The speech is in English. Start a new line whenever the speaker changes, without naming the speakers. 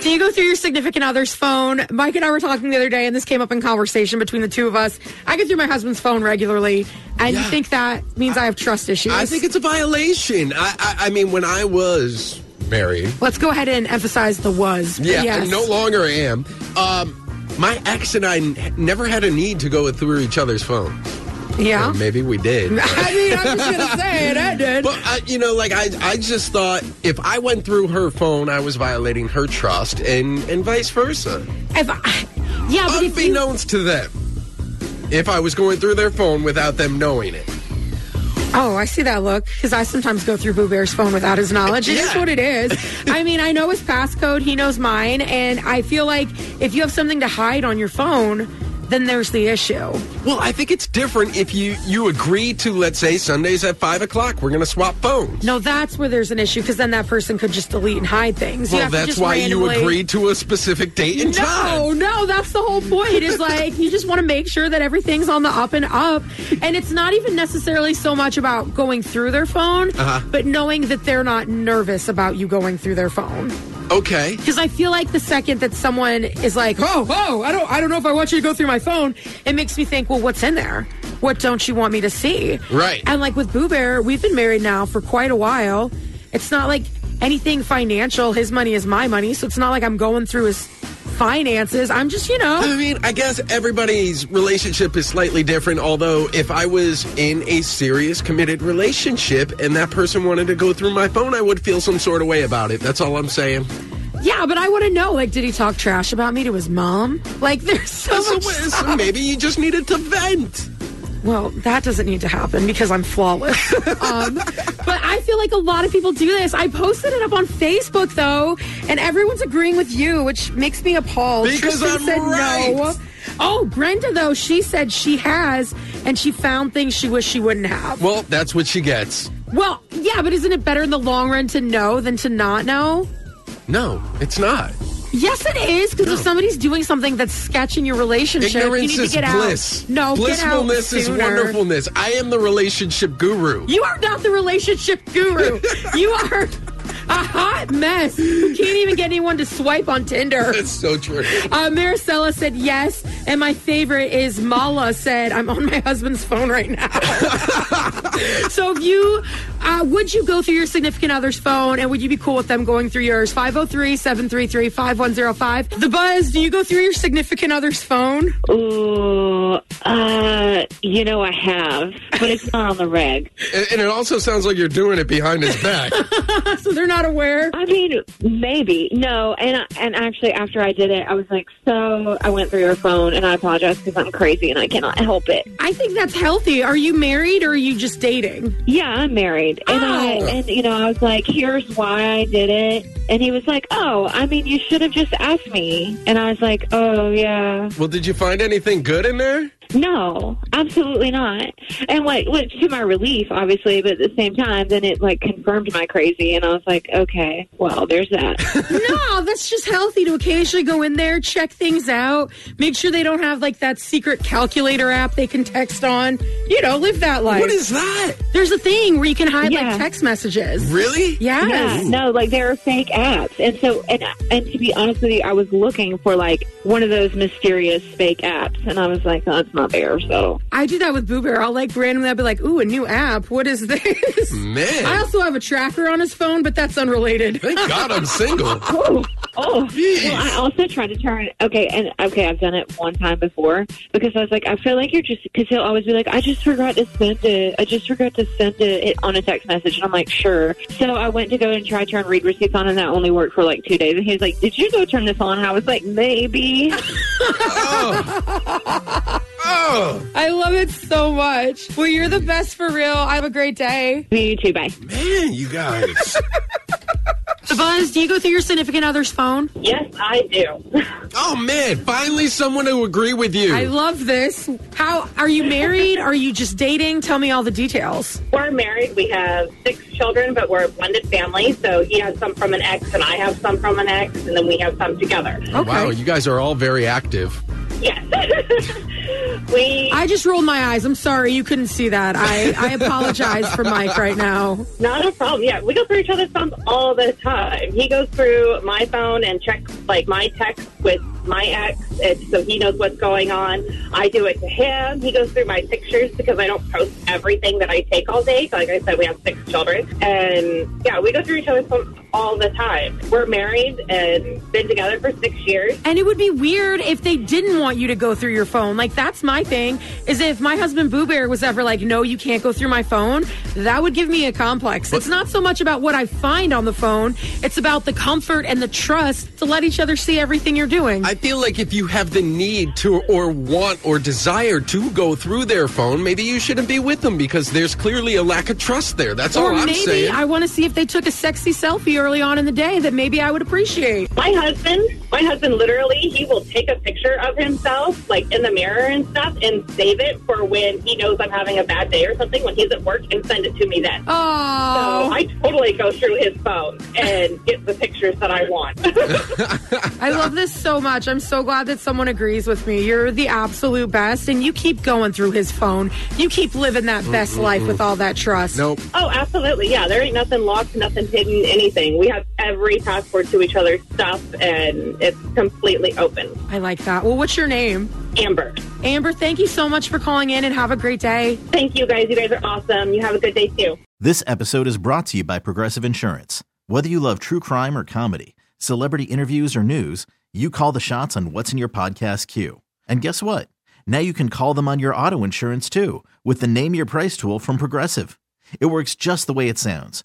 Can you go through your significant other's phone? Mike and I were talking the other day, and this came up in conversation between the two of us. I go through my husband's phone regularly, and you
Yeah.
think that means I, have trust issues.
I think it's a violation. I, I, I mean, when I was married,
Let's go ahead and emphasize the was.
yeah,
Yes.
I no longer am. Um, my ex and I n- never had a need to go through each other's phones.
Yeah.
Or maybe we did.
I mean, I'm just gonna say it. I did.
But I, you know, like I, I just thought if I went through her phone, I was violating her trust, and and vice versa,
If I, yeah, but if you,
unbeknownst to them. If I was going through their phone without them knowing it,
oh, I see that look because I sometimes go through Boo Bear's phone without his knowledge. It is
Yeah.
what it is. I mean, I know his passcode. He knows mine, and I feel like if you have something to hide on your phone, then there's the issue.
well, I think it's different if you you agree to, let's say, Sundays at five o'clock, we're going to swap phones.
No, that's where there's an issue because then that person could just delete and hide things. You
Well,
have to
that's
just
why you
randomly-
agreed to a specific date and
No,
time.
no, that's the whole point. Is like you just want to make sure that everything's on the up and up, and it's not even necessarily so much about going through their phone,
Uh-huh.
but knowing that they're not nervous about you going through their phone.
Okay.
Because I feel like the second that someone is like, "Oh, oh, I don't, I don't know if I want you to go through my phone," it makes me think, "Well, what's in there? What don't you want me to see?"
Right.
And like with Boo Bear, we've been married now for quite a while. It's not like anything financial. His money is my money, so it's not like I'm going through his finances. I'm just, you know,
I mean, I guess everybody's relationship is slightly different. Although, if I was in a serious, committed relationship and that person wanted to go through my phone, I would feel some sort of way about it. That's all I'm saying.
yeah. But I want to know, like, did he talk trash about me to his mom? Like, there's so
So,
much.
so maybe you just needed to vent.
Well, that doesn't need to happen because I'm flawless. um, but I feel like a lot of people do this. I posted it up on Facebook though, and everyone's agreeing with you, which makes me appalled.
Because
Tristan
I'm
said no.
right.
Oh, Brenda though, she said she has, and she found things she wished she wouldn't have.
Well, that's what she gets.
Well, yeah, but isn't it better in the long run to know than to not know?
No, it's not.
Yes, it is because if somebody's doing something that's sketching your relationship,
Ignorance
you need
is
to get
bliss.
out. No, get out
blissfulness is
sooner.
wonderfulness. I am the relationship guru.
You are not the relationship guru. you are a hot mess who can't even get anyone to swipe on Tinder.
That's so true.
Uh, Maricela said yes, and my favorite is Mala said, "I'm on my husband's phone right now." so, if you uh, would you go through your significant other's phone, and would you be cool with them going through yours? 503-733-5105. The buzz. Do you go through your significant other's phone?
Ooh, uh, you know I have, but it's not on the reg.
And and it also sounds like you're doing it behind his back.
So they're not aware.
I mean, maybe no. And I, and actually, after I did it, I was like, so I went through your phone, and I apologize because I'm crazy and I cannot help it.
I think that's healthy. Are you married or are you just dating?
Yeah, I'm married, and I
Oh.
and you know I was like, here's why I did it, and he was like, oh, I mean, you should have just asked me, and I was like, oh yeah,
Well, did you find anything good in there?
No, absolutely not. And what, what to my relief, obviously, but at the same time, then it like confirmed my crazy, and I was like, okay, well, there's that.
no, that's just healthy to occasionally go in there, check things out, make sure they don't have like that secret calculator app they can text on. You know, live that life.
What is that?
There's a thing where you can hide
Yeah.
like text messages.
Really?
yeah,
Yes.
no, like there are fake apps, and so and and to be honest with you, I was looking for like one of those mysterious fake apps, and I was like, oh, it's not there. So
I do that with Boo Bear. I'll like randomly I'll be like, ooh, a new app. What is this?
Man.
I also have a tracker on his phone, but that's unrelated.
Thank God I'm single.
Oh, oh. Well, I also tried to turn. Okay, and okay, I've done it one time before because I was like, I feel like you're just because he'll always be like, I just forgot to send it. I just forgot to send it it- on a text message, and I'm like, sure. So I went to go and try to turn read receipts on, and that only worked for like two days. And he was like, Did you go turn this on? And I was like, Maybe.
Oh,
I love it so much. Well, you're the best for real. I have a great day.
you too. Bye.
man, you guys.
Buzz, do you go through your significant other's phone?
Yes, I do.
Oh man, finally someone to agree with you.
I love this. How are you married? are you just dating? Tell me all the details.
we're married. We have six children, but we're a blended family. So he has some from an ex, and I have some from an ex, and then we have some together.
Okay.
Oh, Wow, you guys are all very active.
Yes. we.
I just rolled my eyes. I'm sorry you couldn't see that. I, I apologize for Mike right now.
Not a problem. Yeah, we go through each other's phones all the time. He goes through my phone and checks like my text with my ex, and so he knows what's going on. I do it to him. He goes through my pictures because I don't post everything that I take all day. Like I said, we have six children, and yeah, we go through each other's phones all the time. We're married and been together for six years.
And it would be weird if they didn't want you to go through your phone. Like that's my thing. Is if my husband Boo Bear was ever like, "No, you can't go through my phone," that would give me a complex. it's not so much about what I find on the phone; it's about the comfort and the trust to let each other see everything you're doing.
I feel like if you have the need to or want or desire to go through their phone, maybe you shouldn't be with them because there's clearly a lack of trust there. That's
or
all I'm
maybe
saying.
I want to see if they took a sexy selfie early on in the day that maybe I would appreciate.
My husband, my husband literally, he will take a picture of himself, like in the mirror and stuff, and save it for when he knows I'm having a bad day or something when he's at work and send it to me then.
Oh,
So I totally go through his phone and get the pictures that I want.
I love this so much. I'm so glad that someone agrees with me. You're the absolute best, and you keep going through his phone. You keep living that best life with all that trust.
nope.
oh, absolutely. Yeah, there ain't nothing locked, nothing hidden, anything. We have every password to each other's stuff, and it's completely open.
I like that. Well, what's your name?
Amber,
Amber, thank you so much for calling in and have a great day.
thank you guys. You guys are awesome. You have a good day, too.
This episode is brought to you by Progressive Insurance. Whether you love true crime or comedy, celebrity interviews or news, you call the shots on what's in your podcast queue. And guess what? Now you can call them on your auto insurance too with the Name Your Price tool from Progressive. It works just the way it sounds.